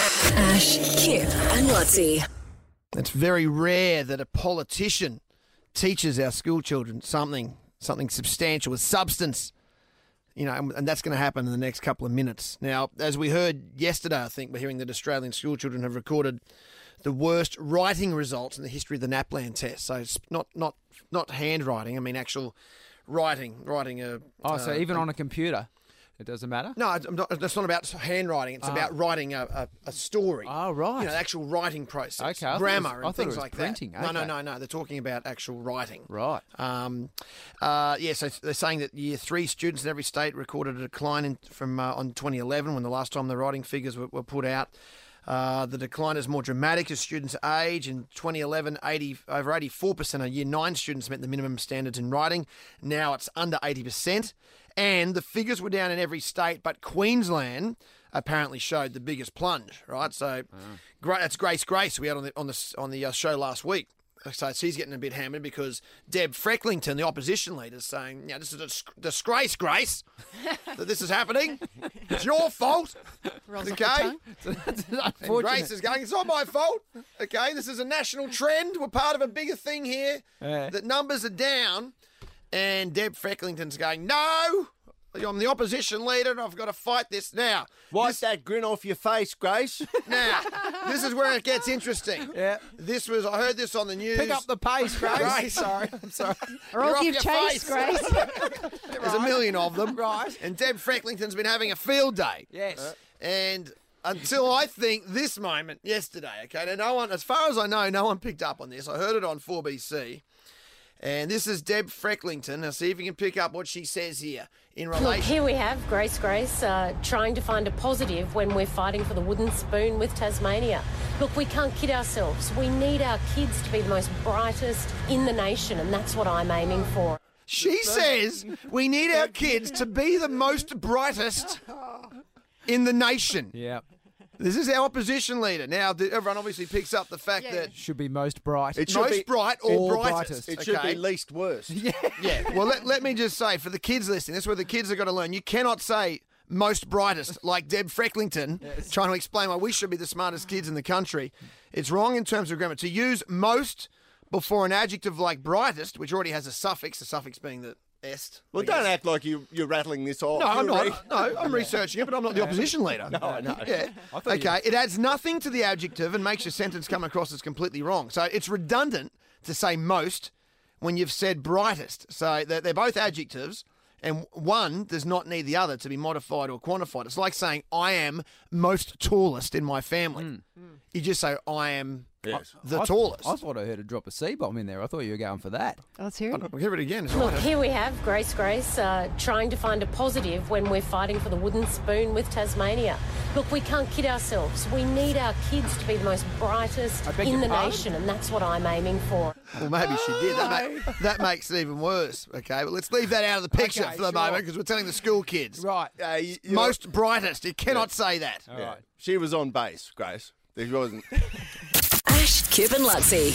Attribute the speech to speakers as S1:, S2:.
S1: Ash, Kip, and Lotzie.
S2: It's very rare that a politician teaches our school children something, something substantial with substance. You know, and and that's going to happen in the next couple of minutes. Now, as we heard yesterday, I think we're hearing that Australian school children have recorded the worst writing results in the history of the NAPLAN test. So it's not not not handwriting. I mean, actual writing, writing a.
S3: Oh, so
S2: uh,
S3: even
S2: a-
S3: on a computer, it doesn't matter.
S2: no, it's- I'm not, that's not about handwriting. It's about writing a, a, a story.
S3: Oh, Ah. right.
S2: You know, the actual writing process.
S3: Okay, I thought it
S2: Grammar and
S3: was- I thought it
S2: things
S3: was
S2: like
S3: printing,
S2: that. No,
S3: okay.
S2: no, no, no. They're talking about actual writing.
S3: Right.
S2: Um, uh, yeah, so they're saying that year three students in every state recorded a decline in, from uh, on 2011 when the last time the writing figures were, were put out. Uh, the decline is more dramatic as students age. In 2011, 80, over 84% of year nine students met the minimum standards in writing. Now it's under 80%. And the figures were down in every state, but Queensland apparently showed the biggest plunge, right? So gra- that's Grace Grace we had on the, on the, s- on the uh, show last week. uh, So she's getting a bit hammered because Deb Frecklington, the opposition leader, is saying, "Yeah, this is a dis- disgrace, Grace, that this is happening. It's your fault, okay? And Grace is going, it's not my fault, okay? This is a national trend. We're part of a bigger thing here.
S3: Yeah.
S2: That numbers are down, and Deb Frecklington's going, no." I'm the opposition leader and I've got to fight this now.
S4: Wipe that grin off your face, Grace.
S2: Now, this is where it gets interesting.
S3: Yeah.
S2: This was, I heard this on the news.
S3: Pick up the pace, Grace.
S2: Grace, sorry. I'm sorry.
S5: Or
S2: You're
S5: I'll
S2: off
S5: give
S2: your
S5: chase,
S2: face.
S5: Grace.
S2: There's a million of them. Right. And Deb Frecklington's been having a field day. Uh,
S3: Yes.
S2: And until I think this moment yesterday, okay, now no one, as far as I know, no one picked up on this. I heard it on 4BC. And this is Deb Frecklington. Now, see if you can pick up what she says here in
S6: Look,
S2: relation.
S6: here we have Grace Grace uh, trying to find a positive when we're fighting for the wooden spoon with Tasmania. Look, we can't kid ourselves. We need our kids to be the most brightest in the nation, and that's what I'm aiming for.
S2: She says we need our kids to be the most brightest in the nation.
S3: Yeah.
S2: This is our opposition leader. Now, th- everyone obviously picks up the fact that
S3: Should be most bright.
S4: It should
S2: most
S4: be-
S2: bright or
S3: or
S2: brightest.
S3: brightest.
S4: It should
S2: okay?
S4: be least worst. Yeah.
S2: Yeah. Well, let, let me just say for the kids listening, that's where the kids have got to learn. You cannot say most brightest like Deb Frecklington trying to explain why we should be the smartest kids in the country. It's wrong in terms of grammar. To use most before an adjective like brightest, which already has a suffix, the suffix being the est.
S4: Well,
S2: I
S4: don't
S2: guess.
S4: act like you, you're rattling this off.
S2: No, I'm
S4: You're re-
S2: not. No, I'm researching it, but I'm not the opposition leader. No, I know. Yeah.
S3: thought you-
S2: Okay. It adds nothing to the adjective and makes your sentence come across as completely wrong. So it's redundant to say most when you've said brightest. So they're, they're both adjectives, and one does not need the other to be modified or quantified. It's like saying I am most tallest in my family. You just say I am
S4: Yes.
S2: the
S3: I-
S2: tallest.
S3: I thought I heard a drop of C bomb in there. I thought you were going for that.
S5: Let's hear it.
S2: We'll hear it again. It's
S6: Look,
S2: not-
S6: here we have Grace Grace uh, trying to find a positive when we're fighting for the wooden spoon with Tasmania. Look, we can't kid ourselves. We need our kids to be the most brightest
S3: I beg
S6: in
S3: your
S6: the
S3: pardon?
S6: nation, and that's what I'm aiming for.
S2: Well, maybe she did. That, ma- that makes it even worse. Okay, but let's leave that out of the picture
S3: Oh. Okay,
S2: for the
S3: sure.
S2: moment because we're telling the school kids.
S3: Right.
S4: Uh, you- you're-
S2: Most brightest. You cannot say that.
S3: All
S4: Yeah.
S3: right.
S4: She was on base, Grace. She wasn't.
S1: Ash, Kip, and Lotzie.